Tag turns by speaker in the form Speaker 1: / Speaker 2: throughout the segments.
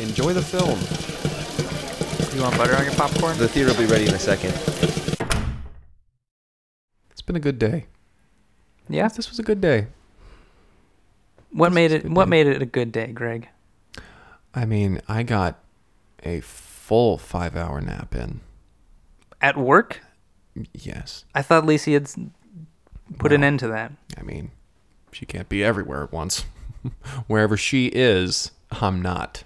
Speaker 1: Enjoy the film.
Speaker 2: You want butter on your popcorn?
Speaker 1: The theater will be ready in a second.
Speaker 3: It's been a good day.
Speaker 2: Yeah.
Speaker 3: This was a good day.
Speaker 2: What made
Speaker 3: is a
Speaker 2: it?
Speaker 3: good
Speaker 2: What
Speaker 3: day.
Speaker 2: made it a good day, Greg?
Speaker 3: I mean, I got a full five hour nap in.
Speaker 2: At work,
Speaker 3: Yes.
Speaker 2: I thought Lacey had s- put an
Speaker 3: Well.
Speaker 2: end to that.
Speaker 3: I mean, she can't be everywhere at once. Wherever she is, I'm not.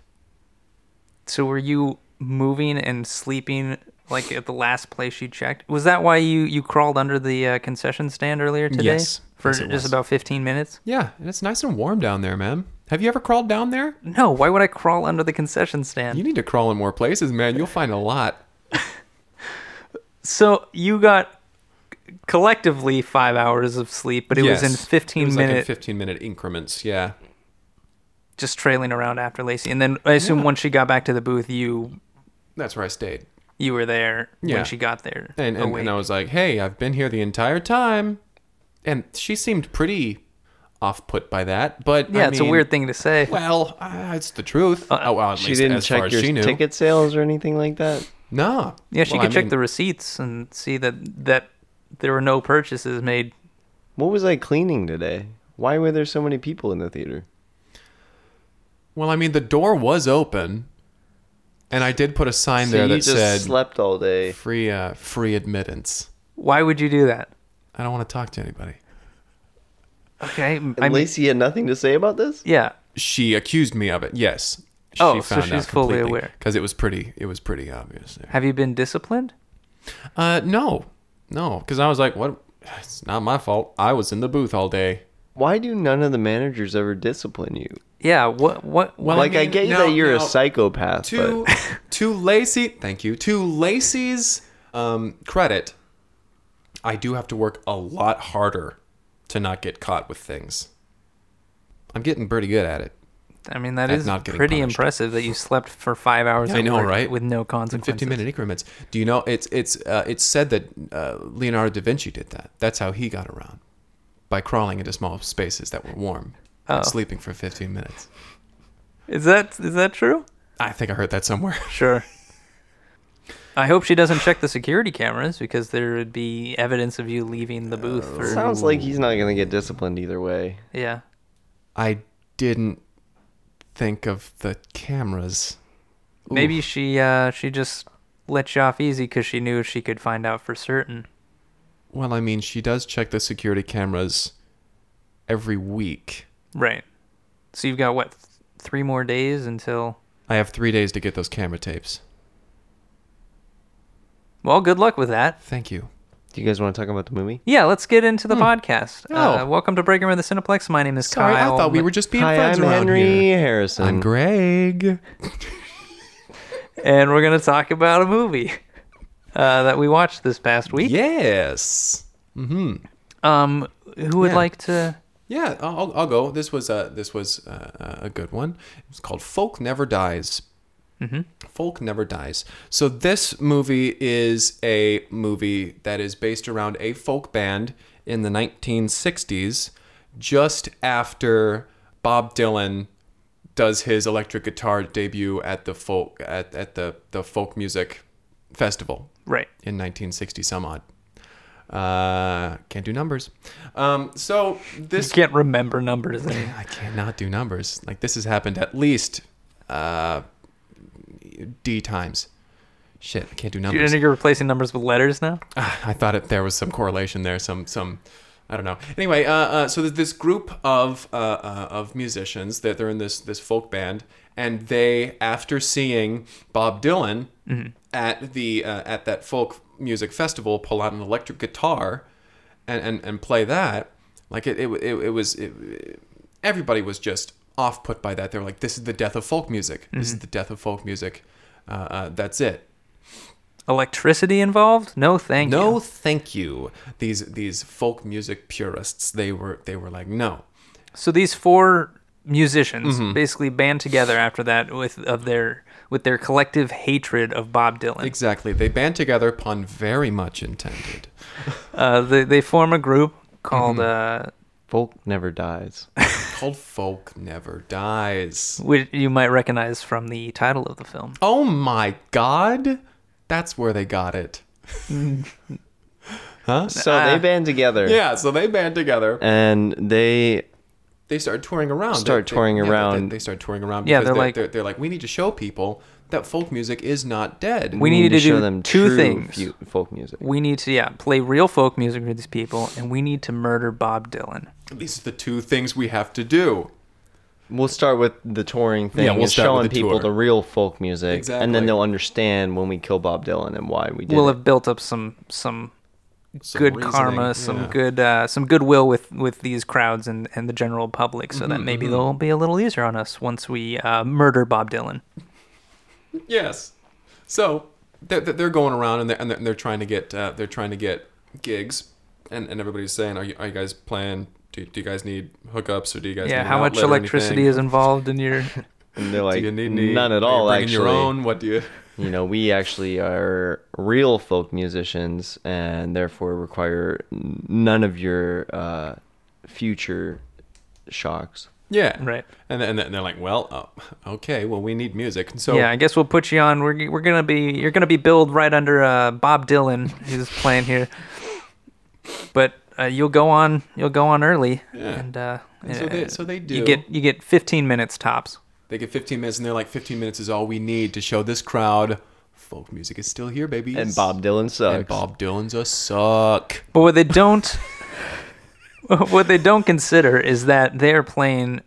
Speaker 2: So were you moving and sleeping like at the last place you checked? Was that why you you crawled under the uh, concession stand earlier today
Speaker 3: Yes.
Speaker 2: for
Speaker 3: Yes, it
Speaker 2: just
Speaker 3: was.
Speaker 2: about 15 minutes?
Speaker 3: Yeah, and it's nice and warm down there, man. Have you ever crawled down there?
Speaker 2: No, why would I crawl under the concession stand?
Speaker 3: You need to crawl in more places, man. You'll find a lot.
Speaker 2: so you got collectively 5 hours of sleep, but it was in
Speaker 3: Yes.
Speaker 2: 15
Speaker 3: It was like
Speaker 2: minute
Speaker 3: in 15 minute increments, yeah.
Speaker 2: just trailing around after Lacey. And then I assume once she got back to the booth, you
Speaker 3: That's where I stayed.
Speaker 2: you were there
Speaker 3: Yeah.
Speaker 2: when she got there. Oh,
Speaker 3: And and, and I
Speaker 2: awake.
Speaker 3: was like, "Hey, I've been here the entire time," and she seemed pretty off put by that. But
Speaker 2: yeah,
Speaker 3: I
Speaker 2: it's a
Speaker 3: mean,
Speaker 2: weird thing to say.
Speaker 3: Well, uh, it's the truth. oh, well, at
Speaker 1: She
Speaker 3: least
Speaker 1: didn't
Speaker 3: as far
Speaker 1: check
Speaker 3: as
Speaker 1: your
Speaker 3: she knew.
Speaker 1: ticket sales or anything like that.
Speaker 3: No.
Speaker 2: yeah, she
Speaker 3: Well,
Speaker 2: could
Speaker 3: I
Speaker 2: check
Speaker 3: mean,
Speaker 2: the receipts and see that that there were no purchases made.
Speaker 1: What was I cleaning today? Why were there so many people in the theater?
Speaker 3: Well, I mean, the door was open, and I did put a sign there
Speaker 1: so you
Speaker 3: that
Speaker 1: just
Speaker 3: said
Speaker 1: slept all day.
Speaker 3: "free uh, free admittance."
Speaker 2: Why would you do that?
Speaker 3: I don't want to talk to anybody.
Speaker 2: Okay, m-
Speaker 1: And
Speaker 2: I mean,
Speaker 1: Lacey had nothing to say about this?
Speaker 2: yeah,
Speaker 3: She accused me of it. Yes.
Speaker 2: Oh, so she's fully aware.
Speaker 3: because it was pretty. It was pretty obvious there.
Speaker 2: have you been disciplined?
Speaker 3: Uh, no, no, because I was like, what? It's not my fault. I was in the booth all day.
Speaker 1: Why do none of the managers ever discipline you?
Speaker 2: Yeah. What? What?
Speaker 3: Well,
Speaker 2: Well,
Speaker 1: like I,
Speaker 3: mean,
Speaker 1: get
Speaker 3: now-
Speaker 1: that you're
Speaker 3: now-
Speaker 1: a psychopath,
Speaker 3: To
Speaker 1: but
Speaker 3: to Lacey, thank you. To Lacey's um, credit, I do have to work a lot harder to not get caught with things. I'm getting pretty good at it.
Speaker 2: I mean, that
Speaker 3: that's
Speaker 2: is
Speaker 3: not getting
Speaker 2: pretty
Speaker 3: punished.
Speaker 2: impressive that you slept for five hours.
Speaker 3: I
Speaker 2: at
Speaker 3: know,
Speaker 2: work
Speaker 3: right?
Speaker 2: With no
Speaker 3: In
Speaker 2: consequences.
Speaker 3: 15 minute increments. Do you know it's it's uh, it's said that uh, Leonardo da Vinci did that. That's how he got around by crawling into small spaces that were warm
Speaker 2: Oh.
Speaker 3: and sleeping for 15 minutes.
Speaker 2: Is that is that true?
Speaker 3: I think I heard that somewhere.
Speaker 2: Sure. I hope she doesn't check the security cameras because there would be evidence of you leaving the booth.
Speaker 3: Oh.
Speaker 2: Or,
Speaker 1: sounds like he's not gonna get disciplined either way.
Speaker 2: yeah.
Speaker 3: I didn't think of the cameras.
Speaker 2: Maybe she uh, she just let you off easy because she knew she could find out for certain.
Speaker 3: Well, I mean, she does check the security cameras every week.
Speaker 2: Right. So you've got what th- three more days until.
Speaker 3: I have three days to get those camera tapes.
Speaker 2: Well, good luck with that.
Speaker 3: Thank you.
Speaker 1: Do you guys want to talk about the movie?
Speaker 2: Yeah, let's get into the podcast. Uh,
Speaker 3: Hmm. Oh.
Speaker 2: welcome to Breaking with the Cineplex. My name is
Speaker 3: Sorry,
Speaker 2: Kyle.
Speaker 3: I thought we were just being
Speaker 1: Hi,
Speaker 3: friends
Speaker 1: I'm
Speaker 3: around
Speaker 1: Henry
Speaker 3: here.
Speaker 1: Harrison.
Speaker 3: I'm Greg.
Speaker 2: and we're gonna talk about a movie uh, that we watched this past week.
Speaker 3: Yes. Mm-hmm.
Speaker 2: Um, who would
Speaker 3: Yeah.
Speaker 2: like to?
Speaker 3: Yeah, I'll, I'll- I'll go. This was a this was uh, a, a good one. It's called Folk Never Dies. Mm-hmm. Folk Never Dies. So this movie is a movie that is based around a folk band in the 1960s, just after Bob Dylan does his electric guitar debut at the folk at, at the, the folk music festival
Speaker 2: Right.
Speaker 3: in 1960 some odd. Uh, can't do numbers. Um, so
Speaker 2: Just
Speaker 3: this
Speaker 2: can't remember numbers. anymore.
Speaker 3: I cannot do numbers. Like this has happened at least uh, d times. Shit, I can't do
Speaker 2: You're,
Speaker 3: numbers.
Speaker 2: you're replacing numbers with letters now.
Speaker 3: Ah, I thought it, there was some correlation there, some some, I don't know. Anyway, uh, uh, so there's this group of uh, uh, of musicians that they're in this this folk band, and they after seeing Bob Dylan at the uh, at that folk music festival, pull out an electric guitar, and and, and play that. Like it it, it, it was it, everybody was just off put by that. They were like, this is the death of folk music. This is the death of folk music. Uh, uh, that's it.
Speaker 2: Electricity involved? No, thank you.
Speaker 3: No, thank you. These these folk music purists, they were they were like, no.
Speaker 2: So these four musicians
Speaker 3: Mm-hmm.
Speaker 2: basically band together after that with of their with their collective hatred of Bob Dylan.
Speaker 3: Exactly. They band together upon very much intended. Mm-hmm.
Speaker 2: Uh, they they form a group called uh,
Speaker 1: Folk never dies.
Speaker 3: called Folk Never Dies.
Speaker 2: which you might recognize from the title of the film.
Speaker 3: Oh my god. That's where they got it. huh?
Speaker 1: So they band together.
Speaker 3: Yeah, so they band together.
Speaker 1: And they
Speaker 3: They start touring around.
Speaker 1: Start
Speaker 3: They- they-
Speaker 1: touring
Speaker 3: yeah, they-
Speaker 1: around.
Speaker 3: They, start touring around.
Speaker 2: Yeah,
Speaker 3: because
Speaker 2: they're
Speaker 3: they're
Speaker 2: like-
Speaker 3: they're, they're like, we need to show people that folk music is not dead.
Speaker 2: We need to
Speaker 1: show
Speaker 2: do
Speaker 1: them
Speaker 2: two
Speaker 1: true
Speaker 2: things.
Speaker 1: fu- folk music.
Speaker 2: We need to yeah play real folk music for these people, and we need to murder Bob Dylan.
Speaker 3: These are the two things we have to do.
Speaker 1: We'll start with the touring thing.
Speaker 3: Yeah, we'll
Speaker 1: is
Speaker 3: start with
Speaker 1: showing
Speaker 3: the
Speaker 1: people
Speaker 3: tour.
Speaker 1: the real folk music, and
Speaker 3: Exactly.
Speaker 1: then they'll understand when we kill Bob Dylan and why we did.
Speaker 2: We'll
Speaker 1: it.
Speaker 2: have built up some some,
Speaker 3: Some
Speaker 2: good
Speaker 3: reasoning,
Speaker 2: karma, some
Speaker 3: yeah.
Speaker 2: good uh, some goodwill with with these crowds and and the general public, so
Speaker 3: Mm-hmm,
Speaker 2: that maybe they'll be a little easier on us once we uh, murder Bob Dylan.
Speaker 3: Yes. So they're, they're- they're going around and they're, and they're- and they're trying to get uh, they're trying to get gigs, and, and everybody's saying, are you, are you guys playing? Do, do you guys need hookups or do you guys
Speaker 2: yeah,
Speaker 3: Need
Speaker 2: how much electricity is involved in your?
Speaker 1: and they're
Speaker 3: Do
Speaker 1: like,
Speaker 3: you need any-
Speaker 1: none at
Speaker 3: are you
Speaker 1: all.
Speaker 3: bringing
Speaker 1: Actually,
Speaker 3: your own. What do you?
Speaker 1: you know, we actually are real folk musicians, and therefore require n- none of your uh, future shocks.
Speaker 3: Yeah.
Speaker 2: Right.
Speaker 3: And then, and then they're like, well, uh, okay, well, we need music. So
Speaker 2: yeah, I guess we'll put you on. We're we're gonna be you're gonna be billed right under uh, Bob Dylan who's playing here, but uh, you'll go on you'll go on early
Speaker 3: Yeah.
Speaker 2: and, uh,
Speaker 3: And so they- so they
Speaker 2: You
Speaker 3: do.
Speaker 2: get you get 15 minutes tops.
Speaker 3: they get 15 minutes, and they're like, 15 minutes is all we need to show this crowd folk music is still here, baby.
Speaker 1: And Bob Dylan sucks.
Speaker 3: And Bob Dylan's a suck.
Speaker 2: But what they don't what they don't consider is that they're playing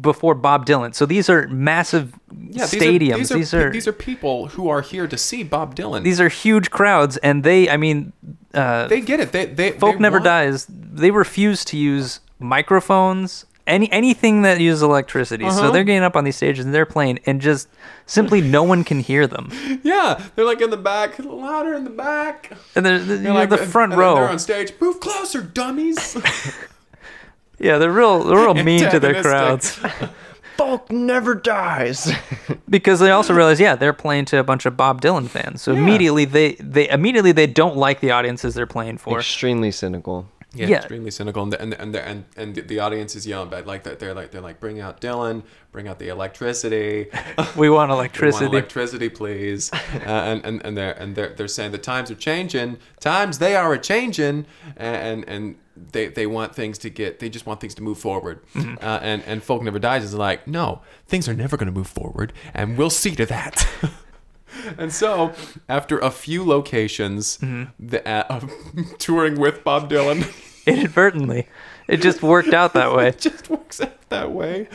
Speaker 2: before Bob Dylan. So these are massive stadiums.
Speaker 3: These are, these, are, these are people who are here to see Bob Dylan.
Speaker 2: these are huge crowds, and they I mean uh,
Speaker 3: they get it. They, they
Speaker 2: Folk
Speaker 3: they
Speaker 2: Never
Speaker 3: want-
Speaker 2: Dies, they refuse to use microphones, any anything that uses electricity.
Speaker 3: Uh-huh.
Speaker 2: So they're getting up on these stages and they're playing, and just simply no one can hear them.
Speaker 3: Yeah, they're like in the back, louder in the back.
Speaker 2: And they're, you know,
Speaker 3: like
Speaker 2: the front
Speaker 3: and then They're
Speaker 2: row,
Speaker 3: on stage. Move closer, dummies.
Speaker 2: yeah, they're real, they're real mean to their
Speaker 3: Antagonistic.
Speaker 2: crowds
Speaker 1: folk never dies.
Speaker 2: because they also realize, yeah, they're playing to a bunch of Bob Dylan fans. So immediately they they immediately they don't like the audiences they're playing for.
Speaker 1: Extremely cynical.
Speaker 3: yeah,
Speaker 2: Yeah.
Speaker 3: extremely cynical, and the, and the, and the, and and the, the audience is yelling back like that. They're like they're like, bring out Dylan, bring out the electricity,
Speaker 2: We want
Speaker 3: We want
Speaker 2: electricity.
Speaker 3: electricity, please. Uh, and and and they're and they're they're saying the times are changing, times they are a changing, and and they they want things to get, they just want things to move forward. Uh, and and folk never dies is like, no, things are never going to move forward, and we'll see to that. And so, after a few locations, the, uh, of touring with Bob Dylan,
Speaker 2: Inadvertently, it just worked out that way.
Speaker 3: it just works out that way.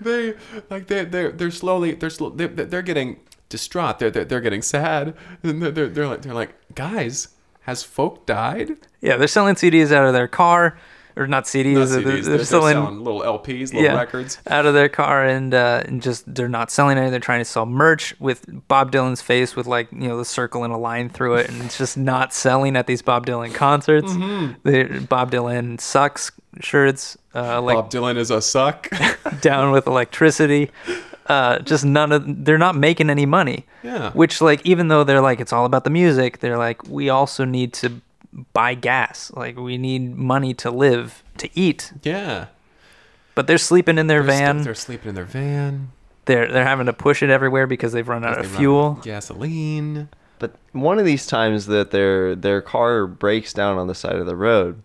Speaker 3: They like they they're they're slowly they're slow they're, they're getting distraught. They're, they're they're getting sad. And they're, they're they're like they're like guys, has folk died?
Speaker 2: Yeah, they're selling CDs out of their car, or not CDs.
Speaker 3: Not
Speaker 2: they're,
Speaker 3: CDs,
Speaker 2: they're
Speaker 3: they're, they're
Speaker 2: selling,
Speaker 3: selling little LPs, little
Speaker 2: yeah,
Speaker 3: records.
Speaker 2: out of their car, and, uh, and just they're not selling any. They're trying to sell merch with Bob Dylan's face, with like you know the circle and a line through it, and it's just not selling at these Bob Dylan concerts.
Speaker 3: Mm-hmm.
Speaker 2: They- Bob Dylan sucks shirts, uh, like
Speaker 3: Bob Dylan is a suck.
Speaker 2: down with electricity. Uh, just none of they're not making any money.
Speaker 3: Yeah.
Speaker 2: Which like even though they're like it's all about the music, they're like we also need to buy gas. Like we need money to live, to eat.
Speaker 3: yeah.
Speaker 2: But they're sleeping in their
Speaker 3: They're st-
Speaker 2: van.
Speaker 3: they're sleeping in their van.
Speaker 2: They're they're having to push it everywhere because they've run out
Speaker 3: They
Speaker 2: of
Speaker 3: run out
Speaker 2: fuel.
Speaker 3: of gasoline.
Speaker 1: But one of these times that their their car breaks down on the side of the road,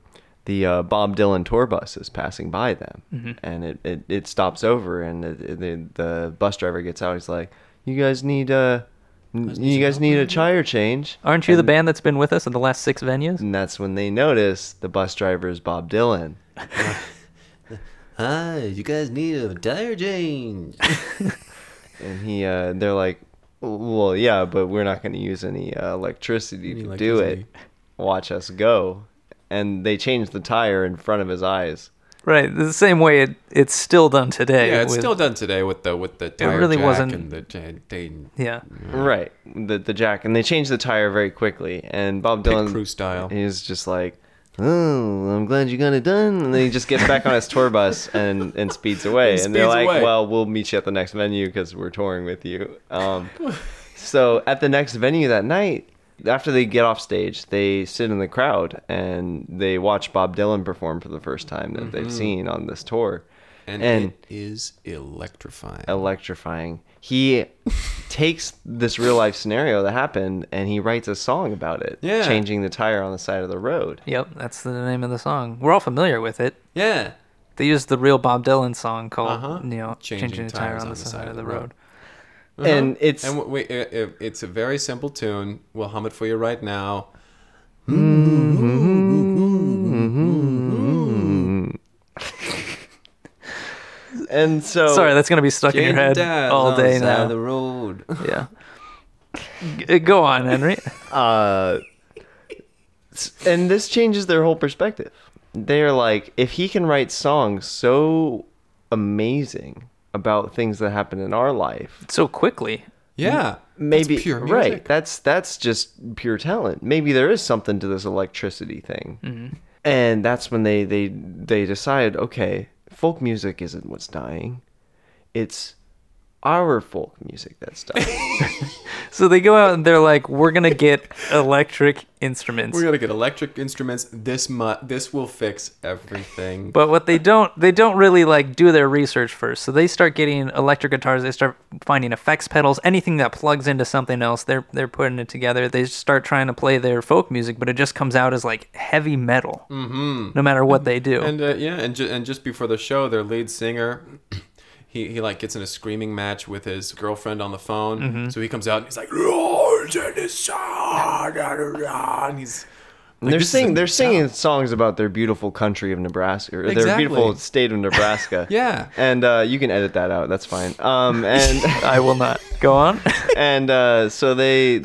Speaker 1: the uh, Bob Dylan tour bus is passing by them, and it, it, it stops over, and it, it- the the bus driver gets out. He's like, "You guys need uh, you guys need a tire change."
Speaker 2: Aren't you the band that's been with us at the last six venues?
Speaker 1: And that's when they notice the bus driver is Bob Dylan.
Speaker 4: Hi, you guys need a tire change.
Speaker 1: and he uh, they're like well yeah but we're not going to use any uh, electricity to do it
Speaker 3: electricity.
Speaker 1: watch us go and they change the tire in front of his eyes
Speaker 2: Right. The same way it, it's still done today.
Speaker 3: Yeah, it's
Speaker 2: with-
Speaker 3: still done today with the with the tire
Speaker 2: really
Speaker 3: jack
Speaker 2: wasn't-
Speaker 3: and the j- Dayton
Speaker 2: Yeah.
Speaker 1: right the, the jack and they change the tire very quickly and bob dylan
Speaker 3: crew style.
Speaker 1: he's just like oh i'm glad you got it done and then he just gets back on his tour bus and, and speeds away and,
Speaker 3: And
Speaker 1: they're
Speaker 3: speeds
Speaker 1: like
Speaker 3: away.
Speaker 1: well we'll meet you at the next venue because we're touring with you um, so at the next venue that night after they get off stage they sit in the crowd and they watch bob dylan perform for the first time that they've seen on this tour
Speaker 3: Mm-hmm. and,
Speaker 1: And-
Speaker 3: it is electrifying.
Speaker 1: electrifying. He takes this real life scenario that happened and he writes a song about it,
Speaker 3: Yeah.
Speaker 1: changing the tire on the side of the road.
Speaker 2: Yep, that's the name of the song. We're all familiar with it.
Speaker 3: yeah,
Speaker 2: They used the real Bob Dylan song called
Speaker 3: Uh-huh.
Speaker 2: you know,
Speaker 3: Changing
Speaker 2: "Changing, the Tire
Speaker 3: Tires
Speaker 2: on the Side of the Road."
Speaker 1: And it's
Speaker 3: Uh-huh. and w- we, it, it- it's a very simple tune. We'll hum it for you right now.
Speaker 1: and so
Speaker 2: Sorry, that's gonna be stuck in your
Speaker 3: Changing
Speaker 2: head
Speaker 3: tires
Speaker 2: all
Speaker 3: on the
Speaker 2: day
Speaker 3: side
Speaker 2: now.
Speaker 3: of the
Speaker 4: road.
Speaker 2: yeah. G- Go on, Henry.
Speaker 1: uh, and this changes their whole perspective. They're like, if he can write songs so amazing about things that happen in our life,
Speaker 2: so quickly.
Speaker 3: Yeah,
Speaker 1: maybe
Speaker 3: That's pure music.
Speaker 1: right? That's that's just pure talent. Maybe there is something to this electricity thing,
Speaker 3: Mm-hmm.
Speaker 1: and that's when they they they decide, okay, folk music isn't what's dying, it's our folk music that's dying.
Speaker 2: So they go out and they're like, "We're gonna get electric instruments."
Speaker 3: We're gonna get electric instruments. This mu- this will fix everything.
Speaker 2: But what they don't they don't really like do their research first. So they start getting electric guitars, they start finding effects pedals, anything that plugs into something else, they're they're putting it together. They start trying to play their folk music, but it just comes out as like heavy metal. Mm-hmm. No matter what they do.
Speaker 3: And uh, yeah, and ju- and just before the show, their lead singer, he, he like gets in a screaming match with his girlfriend on the phone.
Speaker 2: Mm-hmm.
Speaker 3: So he comes out and he's like, "Lord, it is so-" and he's like,
Speaker 1: they're
Speaker 3: "This is
Speaker 1: singing.
Speaker 3: a-
Speaker 1: They're singing songs about their beautiful country of Nebraska, or their
Speaker 3: Exactly.
Speaker 1: beautiful state of Nebraska.
Speaker 3: Yeah.
Speaker 1: and uh, you can edit that out. That's fine. Um, and
Speaker 2: I will not. Go on.
Speaker 1: and uh, so they,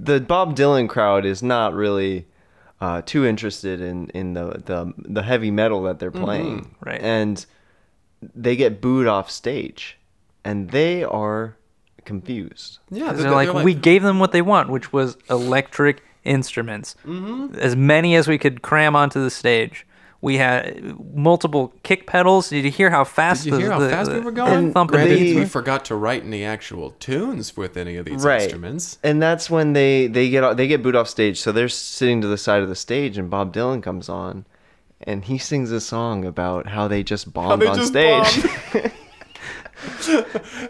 Speaker 1: the Bob Dylan crowd is not really uh, too interested in in the the the heavy metal that
Speaker 3: Mm-hmm.
Speaker 1: they're playing.
Speaker 2: Right.
Speaker 1: and they get booed off stage, and they are confused.
Speaker 3: yeah,
Speaker 2: They're like, we gave them what they want, which was electric instruments,
Speaker 3: Mm-hmm.
Speaker 2: as many as we could cram onto the stage. We had multiple kick pedals. Did you hear how fast?
Speaker 3: Did you
Speaker 2: the-
Speaker 3: hear how
Speaker 2: the-
Speaker 3: fast we
Speaker 2: the
Speaker 3: were going?
Speaker 2: thumping
Speaker 3: Granted,
Speaker 2: beats
Speaker 1: they-
Speaker 3: we
Speaker 2: were?
Speaker 3: forgot to write any actual tunes with any of these instruments.
Speaker 1: And that's when they they get they get booed off stage. So they're sitting to the side of the stage, and Bob Dylan comes on, and he sings a song about how they just bombed
Speaker 3: they
Speaker 1: on
Speaker 3: just
Speaker 1: stage.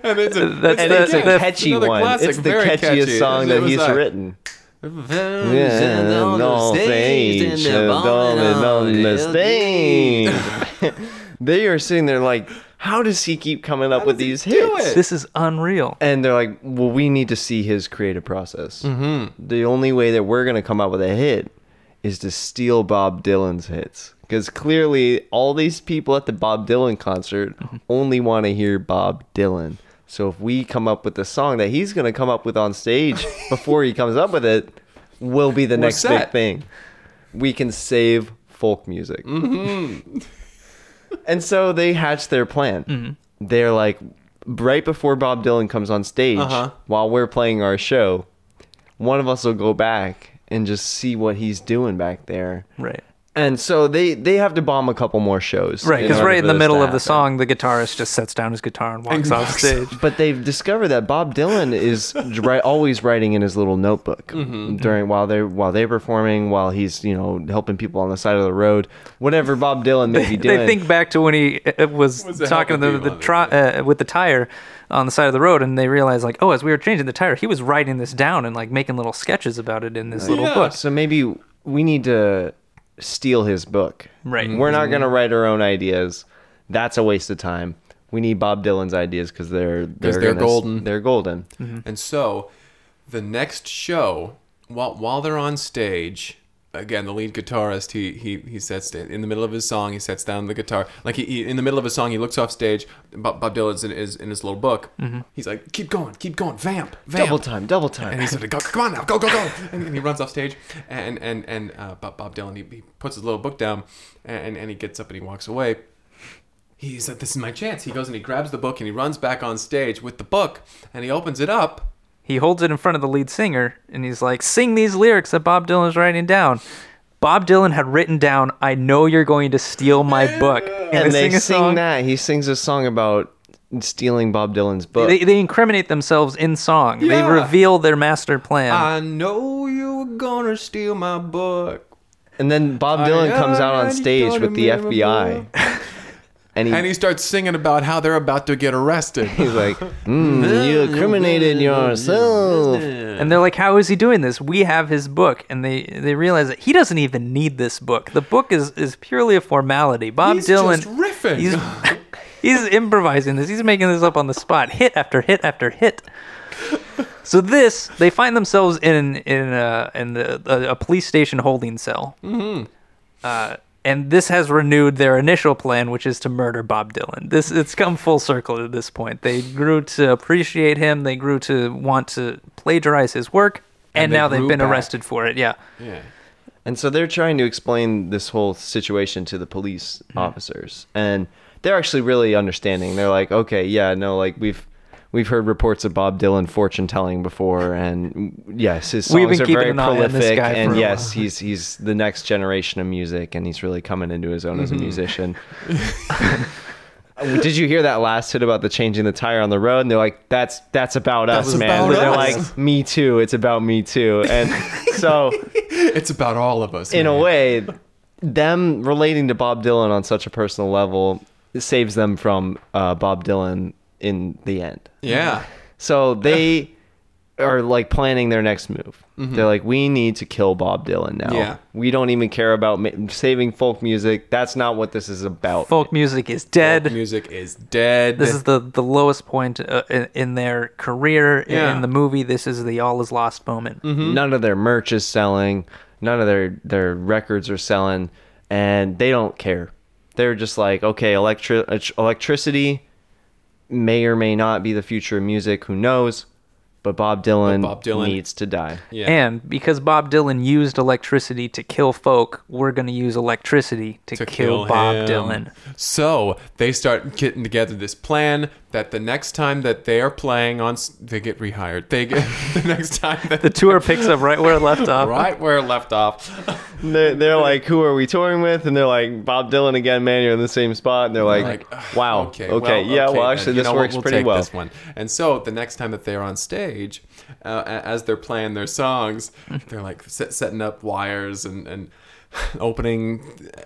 Speaker 3: And it's a,
Speaker 2: That's-
Speaker 1: and it's
Speaker 3: it's
Speaker 1: a
Speaker 3: again,
Speaker 1: catchy
Speaker 3: another
Speaker 1: one.
Speaker 3: classic,
Speaker 1: it's the
Speaker 3: very
Speaker 1: catchiest
Speaker 3: catchy.
Speaker 1: song
Speaker 3: It
Speaker 1: that
Speaker 3: was
Speaker 1: he's
Speaker 3: uh, a-
Speaker 1: written.
Speaker 4: Vans and on the stage, and they're bombing on the stage.
Speaker 1: they are sitting there like, how does he keep coming up with these
Speaker 3: does he do
Speaker 1: hits?
Speaker 3: it?
Speaker 2: This is unreal.
Speaker 1: and they're like, "Well, we need to see his creative process. Mm-hmm. The only way that we're gonna come up with a hit is to steal Bob Dylan's hits, because clearly all these people at the Bob Dylan concert only want to hear Bob Dylan. So if we come up with the song that he's gonna come up with on stage before he comes up with it, will be the next big
Speaker 3: set.
Speaker 1: thing. We can save folk music." And so they hatch their plan.
Speaker 2: Mm-hmm.
Speaker 1: They're like, right before Bob Dylan comes on stage,
Speaker 3: Uh-huh.
Speaker 1: while we're playing our show, one of us will go back and just see what he's doing back there.
Speaker 2: Right.
Speaker 1: And so they they have to bomb a couple more shows,
Speaker 2: Right,
Speaker 1: in
Speaker 2: because
Speaker 1: order
Speaker 2: right in
Speaker 1: for
Speaker 2: the
Speaker 1: this
Speaker 2: middle
Speaker 1: to
Speaker 2: of the
Speaker 1: happen.
Speaker 2: song, the guitarist just sets down his guitar and walks
Speaker 3: And
Speaker 2: off
Speaker 3: walks
Speaker 2: stage.
Speaker 1: But they've discovered that Bob Dylan is ri- always writing in his little notebook
Speaker 2: Mm-hmm.
Speaker 1: during while they are while they're performing, while he's you know helping people on the side of the road, whatever Bob Dylan may be doing.
Speaker 2: They think back to when he uh, was,
Speaker 3: Was it
Speaker 2: talking to
Speaker 3: helping
Speaker 2: the, the
Speaker 3: people on
Speaker 2: tri- uh, with the tire on the side of the road, and they realize like, oh, as we were changing the tire, he was writing this down and like making little sketches about it in this little
Speaker 3: Yeah.
Speaker 2: book.
Speaker 1: So maybe we need to steal his book.
Speaker 2: Right.
Speaker 1: We're not going to write our own ideas. That's a waste of time. We need Bob Dylan's ideas because they're they're,
Speaker 3: they're
Speaker 1: gonna-
Speaker 3: golden.
Speaker 1: They're golden.
Speaker 3: And so, the next show, while while they're on stage, again the lead guitarist he he he sets in the middle of his song he sets down the guitar like he, he in the middle of a song he looks off stage. Bob, Bob Dylan's in his in his little book. He's like, keep going, keep going, vamp, vamp.
Speaker 1: Mm-hmm. Double time, double time.
Speaker 3: And he said, go, "Come on now, go, go, go!" And, and he runs off stage, and and and uh, Bob, Bob Dylan he, he puts his little book down, and and he gets up and he walks away. He said, "This is my chance." He goes and he grabs the book and he runs back on stage with the book, and he opens it up.
Speaker 2: He holds it in front of the lead singer, and he's like, sing these lyrics that Bob Dylan's writing down. Bob Dylan had written down, "I know you're going to steal my book,"
Speaker 1: And,
Speaker 2: they
Speaker 1: they
Speaker 2: a
Speaker 1: sing,
Speaker 2: song-
Speaker 1: that. He sings a song about stealing Bob Dylan's book.
Speaker 2: They, they incriminate themselves in song.
Speaker 3: Yeah. Uh,
Speaker 2: They reveal their master plan.
Speaker 3: I know you were gonna steal my book.
Speaker 1: and then Bob Dylan comes out on stage with the FBI. And he-
Speaker 3: and he starts singing about how they're about to get arrested.
Speaker 1: He's like, mm, you incriminated yourself.
Speaker 2: And they're like, "How is he doing this? We have his book." And they they realize that he doesn't even need this book. The book is is purely a formality. Bob
Speaker 3: He's
Speaker 2: Dylan
Speaker 3: just riffing.
Speaker 2: He's he's improvising this. He's making this up on the spot, hit after hit after hit. So this, they find themselves in in a, in the, a, a police station holding cell. Mm-hmm. Uh, and this has renewed their initial plan, which is to murder Bob Dylan. This it's come full circle at this point. They grew to appreciate him. They grew to want to plagiarize his work, and,
Speaker 3: they
Speaker 2: now they've
Speaker 3: grew
Speaker 2: been
Speaker 3: back.
Speaker 2: arrested for it. Yeah,
Speaker 3: yeah.
Speaker 1: And so they're trying to explain this whole situation to the police
Speaker 2: Mm-hmm.
Speaker 1: officers, and they're actually really understanding. They're like, okay, yeah, no, like we've we've heard reports of Bob Dylan fortune telling before, and yes, his
Speaker 2: We've been
Speaker 1: songs are
Speaker 2: keeping
Speaker 1: very
Speaker 2: an eye on this
Speaker 1: prolific,
Speaker 2: guy for
Speaker 1: and
Speaker 2: a
Speaker 1: yes, he's he's the next generation of music, and he's really coming into his own as a
Speaker 2: Mm-hmm.
Speaker 1: musician. Did you hear that last hit about the changing the tire on the road? And they're like, "That's that's about us, man."
Speaker 3: about
Speaker 1: they're
Speaker 3: us.
Speaker 1: like, "Me too." It's about me too, and so
Speaker 3: It's about all of us.
Speaker 1: in a
Speaker 3: man.
Speaker 1: way, them relating to Bob Dylan on such a personal level saves them from uh, Bob Dylan in the end.
Speaker 3: Yeah.
Speaker 1: So they are like planning their next move. They're like, we need to kill Bob Dylan now.
Speaker 3: Mm-hmm. Yeah.
Speaker 1: We don't even care about ma- saving folk music. That's not what this is about.
Speaker 2: folk music is dead.
Speaker 3: Folk music is dead.
Speaker 2: This is the, the lowest point uh, in, in their career in-
Speaker 3: Yeah. Mm-hmm.
Speaker 2: in the movie. This is the all is lost moment.
Speaker 1: None of their merch is selling. None of their their records are selling, and they don't care. They're just like, okay, electri- ech- electricity may or may not be the future of music. Who knows? But Bob Dylan,
Speaker 3: Bob Dylan-
Speaker 1: needs to die.
Speaker 3: yeah.
Speaker 2: And because Bob Dylan used electricity to kill folk, we're going to use electricity to, kill, Bob
Speaker 3: him.
Speaker 2: Dylan.
Speaker 3: So they start getting together this plan that the next time that they are playing on, s- they get rehired. They get the next time that
Speaker 2: The tour picks up right where it left off.
Speaker 3: right where it left off.
Speaker 1: They're, they're like, who are we touring with? And they're like, Bob Dylan again, man. You're in the same spot. And they're like,
Speaker 3: Like, ugh,
Speaker 1: wow, okay, yeah.
Speaker 3: well, okay,
Speaker 1: well,
Speaker 3: then.
Speaker 1: actually,
Speaker 3: You
Speaker 1: this
Speaker 3: know what?
Speaker 1: works
Speaker 3: We'll
Speaker 1: pretty
Speaker 3: take
Speaker 1: well.
Speaker 3: This one. And so the next time that they're on stage, uh, a- as they're playing their songs, they're like set, setting up wires and and opening uh,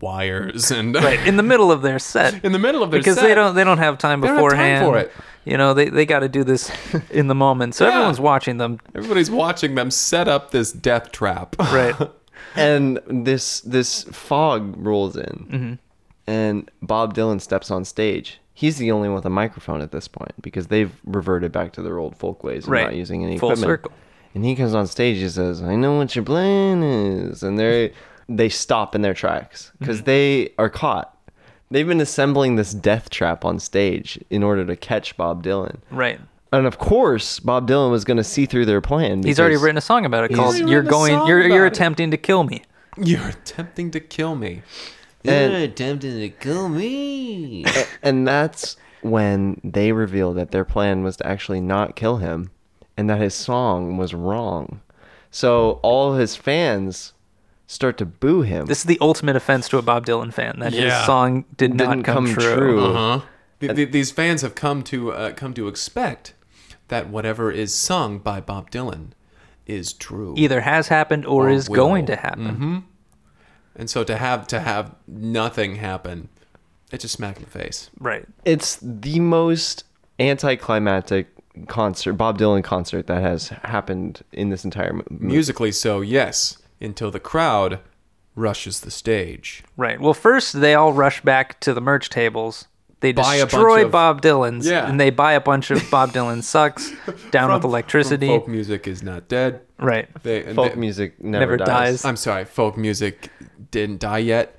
Speaker 3: wires and
Speaker 2: Right, in the middle of their set.
Speaker 3: in the middle of their
Speaker 2: because
Speaker 3: set.
Speaker 2: they don't they don't have time
Speaker 3: They don't have time
Speaker 2: beforehand.
Speaker 3: for it.
Speaker 2: You know, they, they got to do this in the moment. So
Speaker 3: Yeah.
Speaker 2: everyone's watching them.
Speaker 3: Everybody's watching them set up this death trap.
Speaker 2: Right.
Speaker 1: and this this fog rolls in,
Speaker 2: Mm-hmm.
Speaker 1: and Bob Dylan steps on stage. He's the only one with a microphone at this point because they've reverted back to their old folk ways and
Speaker 2: Right.
Speaker 1: not using any
Speaker 2: Full
Speaker 1: equipment.
Speaker 2: circle.
Speaker 1: And he comes on stage. He says, "I know what your plan is," and they they stop in their tracks because
Speaker 2: Mm-hmm.
Speaker 1: they are caught. They've been assembling this death trap on stage in order to catch Bob Dylan.
Speaker 2: Right.
Speaker 1: And of course, Bob Dylan was going to see through their plan.
Speaker 2: He's already
Speaker 1: because-
Speaker 2: written a song about it called
Speaker 3: already
Speaker 2: "You're
Speaker 3: written a
Speaker 2: Going
Speaker 3: song
Speaker 2: You're You're
Speaker 3: about it.
Speaker 2: Attempting to Kill Me."
Speaker 3: You're attempting to kill me.
Speaker 1: And-
Speaker 4: You're attempting to kill me.
Speaker 1: and that's when they reveal that their plan was to actually not kill him and that his song was wrong. So all of his fans start to boo him.
Speaker 2: This is the ultimate offense to a Bob Dylan fan that
Speaker 3: Yeah.
Speaker 2: his song did not
Speaker 1: didn't
Speaker 2: come, true.
Speaker 3: Uh-huh. Th- th- these fans have come to uh, come to expect that whatever is sung by Bob Dylan is true.
Speaker 2: Either has happened or,
Speaker 3: Or
Speaker 2: is
Speaker 3: will. Mm-hmm.
Speaker 2: going to happen.
Speaker 3: And so to have to have nothing happen, it's a smack in the face.
Speaker 2: Right.
Speaker 1: It's the most anticlimactic concert, Bob Dylan concert that has happened in this entire movie.
Speaker 3: Musically, so yes, until the crowd rushes the stage.
Speaker 2: Right. Well, first they all rush back to the merch tables. They
Speaker 3: Buy a bunch
Speaker 2: destroy
Speaker 3: of-
Speaker 2: Bob Dylan's
Speaker 3: Yeah.
Speaker 2: and they buy a bunch of Bob Dylan sucks down with electricity.
Speaker 3: Folk music is not dead.
Speaker 2: Right.
Speaker 3: They, and
Speaker 1: Folk
Speaker 3: they-
Speaker 1: music never,
Speaker 2: Never
Speaker 1: dies.
Speaker 2: dies.
Speaker 3: I'm sorry, folk music didn't die yet.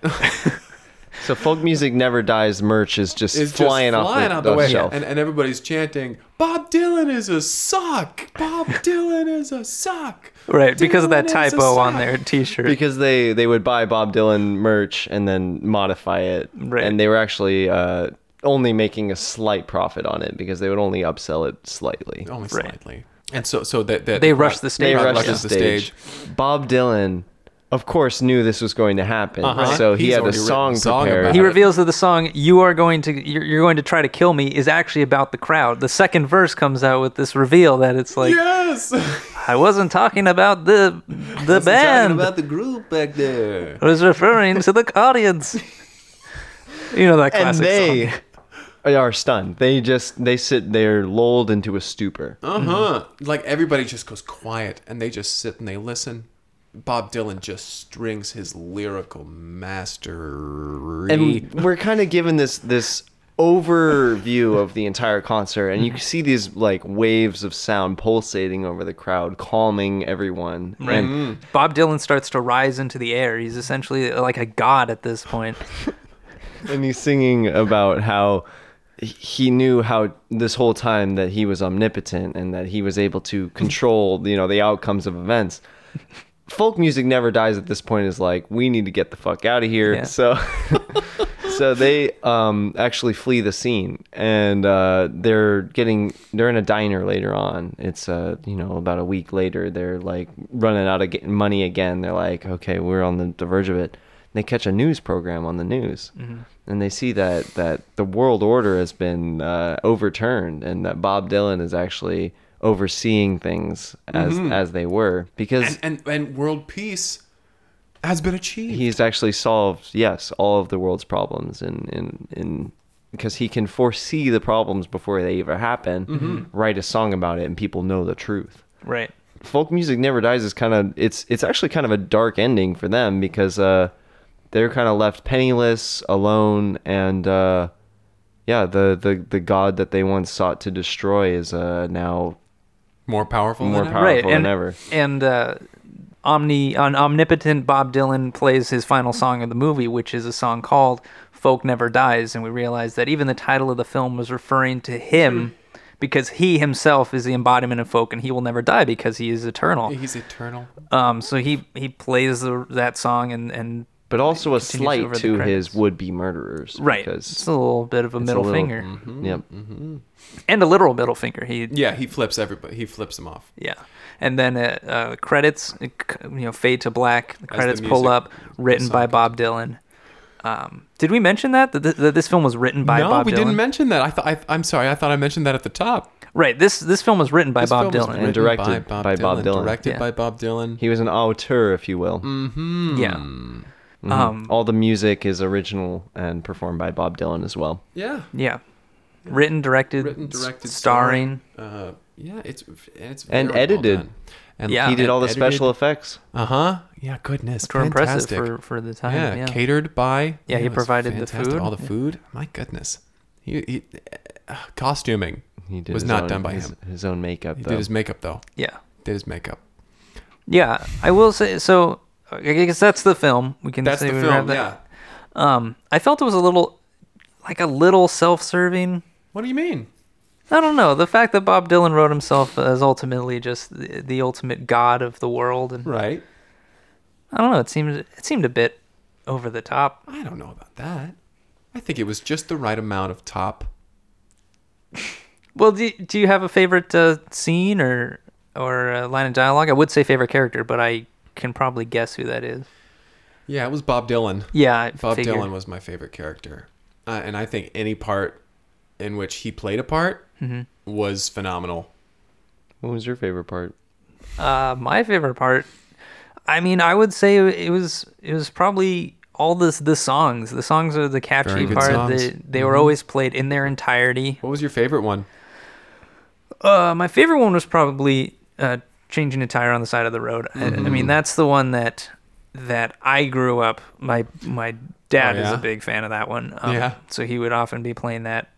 Speaker 1: So folk music never dies merch is just
Speaker 3: It's
Speaker 1: flying
Speaker 3: just
Speaker 1: off
Speaker 3: flying
Speaker 1: the,
Speaker 3: out the, way,
Speaker 1: shelf.
Speaker 3: and, and everybody's chanting, "Bob Dylan is a sock. Bob Dylan is a sock."
Speaker 2: Right, because of that
Speaker 3: Dylan is a
Speaker 2: typo on
Speaker 3: sock."
Speaker 2: their t-shirt.
Speaker 1: because they they would buy Bob Dylan merch and then modify it,
Speaker 2: Right.
Speaker 1: and they were actually uh, only making a slight profit on it because they would only upsell it slightly.
Speaker 2: Right.
Speaker 3: only slightly. And so, so that, that
Speaker 2: They
Speaker 3: the
Speaker 2: rushed
Speaker 3: crowd-
Speaker 2: the
Speaker 1: They
Speaker 2: stage.
Speaker 3: crowd
Speaker 2: Right,
Speaker 1: rushed the
Speaker 3: rushes
Speaker 1: stage. Bob Dylan, of course, knew this was going to happen, so he
Speaker 3: Uh-huh. He's
Speaker 1: had a
Speaker 3: already written
Speaker 1: song
Speaker 3: a song
Speaker 1: prepared.
Speaker 3: about
Speaker 2: he
Speaker 3: it.
Speaker 2: reveals that the song "You Are Going to You're, you're Going to Try to Kill Me" is actually about the crowd. The second verse comes out with this reveal that it's like
Speaker 3: Yes,
Speaker 2: I wasn't talking about the the
Speaker 4: Talking
Speaker 2: band.
Speaker 4: about the group back there.
Speaker 2: I was referring to the audience. You know that
Speaker 1: and
Speaker 2: classic
Speaker 1: they
Speaker 2: song.
Speaker 1: are stunned. They just they sit there lulled into a stupor.
Speaker 3: Uh
Speaker 2: Mm-hmm.
Speaker 3: huh. Like everybody just goes quiet and they just sit and they listen. Bob Dylan just strings his lyrical mastery.
Speaker 1: and we're kind of given this this overview of the entire concert and you can see these like waves of sound pulsating over the crowd calming everyone and
Speaker 2: Bob Dylan starts to rise into the air. He's essentially like a god at this point.
Speaker 1: and he's singing about how he knew how this whole time that he was omnipotent and that he was able to control you know the outcomes of events folk music never dies at this point is like we need to get the fuck out of here
Speaker 2: Yeah.
Speaker 1: so so they um actually flee the scene and uh they're getting they're in a diner later on it's uh you know about a week later they're like running out of ga- money again they're like okay we're on the, the verge of it and they catch a news program on the news and they see that that the world order has been uh overturned and that bob dylan is actually overseeing things as as they were because
Speaker 3: and, and, and world peace has been achieved.
Speaker 1: he's actually solved yes all of the world's problems and in, in because he can foresee the problems before they ever happen
Speaker 2: Mm-hmm.
Speaker 1: write a song about it and people know the truth
Speaker 2: Right.
Speaker 1: folk music never dies is kind of it's it's actually kind of a dark ending for them because uh they're kind of left penniless alone and uh yeah the the the god that they once sought to destroy is uh now
Speaker 3: More powerful.
Speaker 1: More
Speaker 3: than ever.
Speaker 1: powerful.
Speaker 2: Right.
Speaker 1: than
Speaker 2: And
Speaker 1: ever.
Speaker 2: and uh, omni on omnipotent Bob Dylan plays his final song of the movie, which is a song called "Folk Never Dies," and we realize that even the title of the film was referring to him.
Speaker 1: Hmm.
Speaker 2: Because he himself is the embodiment of folk, and he will never die because he is eternal.
Speaker 3: He's eternal.
Speaker 2: Um, so he he plays the, that song and and
Speaker 1: but also a
Speaker 2: Continues
Speaker 1: slight
Speaker 2: over the
Speaker 1: to his
Speaker 2: credits.
Speaker 1: would-be murderers
Speaker 2: right, it's
Speaker 1: because
Speaker 2: a little bit of a
Speaker 1: it's a
Speaker 2: middle
Speaker 1: little- Mm-hmm.
Speaker 2: finger
Speaker 1: yep
Speaker 2: and a literal middle finger. He
Speaker 3: mm. Yeah, he flips everybody. He flips them off.
Speaker 2: Yeah, and then uh, uh, credits, uh, c- you know, fade to black. The
Speaker 3: the
Speaker 2: credits pull
Speaker 3: music-
Speaker 2: up, written by Bob Dylan. Um, did we mention that that, th- that this film was written by
Speaker 3: no,
Speaker 2: Bob
Speaker 3: we
Speaker 2: Dylan?
Speaker 3: didn't mention that. I thought. I, I'm sorry. I thought I mentioned that at the top.
Speaker 2: right. This this film was written by
Speaker 3: This
Speaker 2: Bob
Speaker 3: film was
Speaker 2: Dylan.
Speaker 3: written
Speaker 1: directed
Speaker 3: by
Speaker 1: by Bob Dylan.
Speaker 3: Directed
Speaker 2: Yeah.
Speaker 3: by Bob Dylan. Mm-hmm.
Speaker 1: He was an auteur, if you will.
Speaker 3: Mm.
Speaker 1: Mm-hmm.
Speaker 2: Yeah. Um,
Speaker 1: All the music is original and performed by Bob Dylan as well.
Speaker 3: yeah.
Speaker 2: yeah. Written, directed,
Speaker 3: Written,
Speaker 2: s-
Speaker 3: directed,
Speaker 2: starring.
Speaker 3: Uh, yeah, it's and it's
Speaker 1: And
Speaker 3: very well
Speaker 1: edited.
Speaker 3: done. and
Speaker 2: Yeah.
Speaker 1: He did
Speaker 2: And
Speaker 1: all the special effects.
Speaker 3: Uh huh. Yeah. Goodness.
Speaker 2: Which were impressive
Speaker 3: fantastic.
Speaker 2: for, for the time.
Speaker 3: yeah,
Speaker 2: Yeah.
Speaker 3: catered by.
Speaker 2: Yeah, he
Speaker 3: it was
Speaker 2: provided the
Speaker 3: fantastic.
Speaker 2: food.
Speaker 3: All the
Speaker 2: Yeah.
Speaker 3: food. My goodness. He, he uh, costuming
Speaker 1: He did
Speaker 3: was
Speaker 1: his
Speaker 3: not
Speaker 1: own-
Speaker 3: done by
Speaker 1: his,
Speaker 3: him.
Speaker 1: His own makeup,
Speaker 3: He
Speaker 1: though.
Speaker 3: did his makeup though.
Speaker 2: yeah.
Speaker 3: Did his makeup.
Speaker 2: Yeah. I will say so. I guess that's the film. We can
Speaker 3: That's
Speaker 2: say
Speaker 3: the
Speaker 2: we
Speaker 3: film.
Speaker 2: wrap that-
Speaker 3: Yeah.
Speaker 2: Um, I felt it was a little, like a little self-serving.
Speaker 3: What do you mean?
Speaker 2: I don't know. The fact that Bob Dylan wrote himself as ultimately just the, the ultimate god of the world, and
Speaker 3: Right.
Speaker 2: I don't know. It seemed it seemed a bit over the top.
Speaker 3: I don't know about that. I think it was just the right amount of top.
Speaker 2: Well, do do you have a favorite uh, scene or or uh, line of dialogue? I would say favorite character, but I can probably guess who that is.
Speaker 3: Yeah, it was Bob Dylan.
Speaker 2: Yeah, I
Speaker 3: Bob
Speaker 2: figured.
Speaker 3: Dylan was my favorite character, uh, and I think any part in which he played a part was phenomenal.
Speaker 1: What was your favorite part?
Speaker 2: Uh, my favorite part. I mean, I would say it was it was probably all this the songs. The songs are the
Speaker 3: Very
Speaker 2: catchy
Speaker 3: good
Speaker 2: part.
Speaker 3: songs. Mm-hmm.
Speaker 2: They they were always played in their entirety.
Speaker 3: What was your favorite one?
Speaker 2: Uh, my favorite one was probably uh, changing a tire on the side of the road. I, I
Speaker 3: Mm-hmm.
Speaker 2: mean, that's the one that that I grew up. My my dad
Speaker 3: Oh,
Speaker 2: is
Speaker 3: yeah?
Speaker 2: a big fan of that one. Um,
Speaker 3: Yeah.
Speaker 2: So he would often be playing that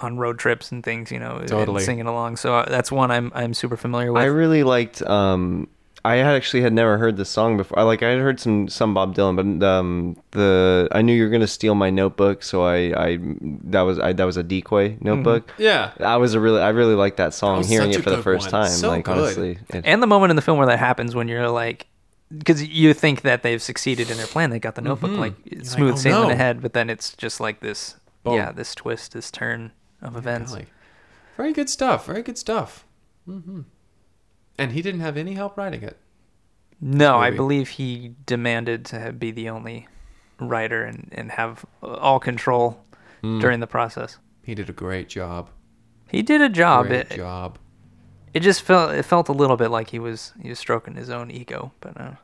Speaker 2: on road trips and things, you know,
Speaker 3: Totally.
Speaker 2: and singing along. So uh, that's one I'm I'm super familiar with.
Speaker 1: I really liked. Um, I had actually had never heard this song before. I Like I had heard some some Bob Dylan, but um, the I knew you were gonna steal my notebook, so I, I that was I, that was a decoy notebook.
Speaker 3: Yeah.
Speaker 1: I was a really I really liked that song.
Speaker 3: was
Speaker 1: hearing it
Speaker 3: such a
Speaker 1: for the
Speaker 3: good
Speaker 1: first
Speaker 3: one.
Speaker 1: time,
Speaker 3: So
Speaker 1: like
Speaker 3: good.
Speaker 1: honestly, it-
Speaker 2: and the moment in the film where that happens when you're like because you think that they've succeeded in their plan they got the notebook like smooth
Speaker 3: "Oh,
Speaker 2: sailing
Speaker 3: no."
Speaker 2: ahead but then it's just like this
Speaker 3: Boom.
Speaker 2: yeah this twist this turn of events
Speaker 3: Golly. Very good stuff. Very good stuff. hmm And he didn't have any help writing it.
Speaker 2: no i
Speaker 3: movie.
Speaker 2: believe he demanded to have, be the only writer and, and have uh, all control
Speaker 3: Mm.
Speaker 2: during the process
Speaker 3: He did a great job.
Speaker 2: he did a job
Speaker 3: Great
Speaker 2: it,
Speaker 3: job.
Speaker 2: it just felt it felt a little bit like he was he was stroking his own ego but uh,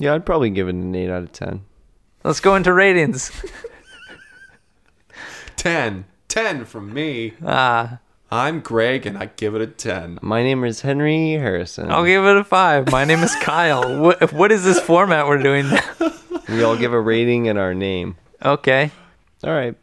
Speaker 1: yeah, I'd probably give it an eight out of ten.
Speaker 2: let's go into ratings
Speaker 3: 10. 10 from me.
Speaker 2: Ah,
Speaker 3: I'm Greg and I give it a 10.
Speaker 1: My name is Henry Harrison.
Speaker 3: Oh.
Speaker 2: I'll give it a five. My name is Kyle. What, what is this format we're doing? now?
Speaker 1: We all give a rating and our name.
Speaker 2: okay.
Speaker 1: All right.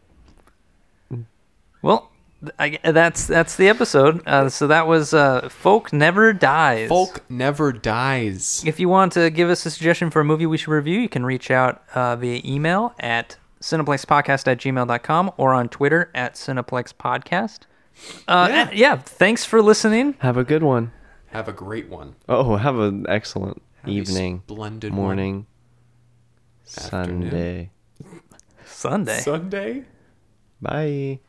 Speaker 2: Well, I, that's that's the episode. Uh, so that was uh, Folk Never Dies.
Speaker 3: Folk never dies.
Speaker 2: If you want to give us a suggestion for a movie we should review, you can reach out uh, via email at cineplexpodcast at gmail.com or on Twitter at cineplexpodcast. Uh,
Speaker 3: Yeah.
Speaker 2: yeah. yeah, thanks for listening.
Speaker 1: Have a good one.
Speaker 3: Have a great one.
Speaker 1: Oh, have an excellent
Speaker 3: Have a
Speaker 1: evening,
Speaker 3: splendid one.
Speaker 1: morning,
Speaker 3: Afternoon.
Speaker 1: Sunday.
Speaker 2: Sunday.
Speaker 3: Sunday?
Speaker 1: Bye.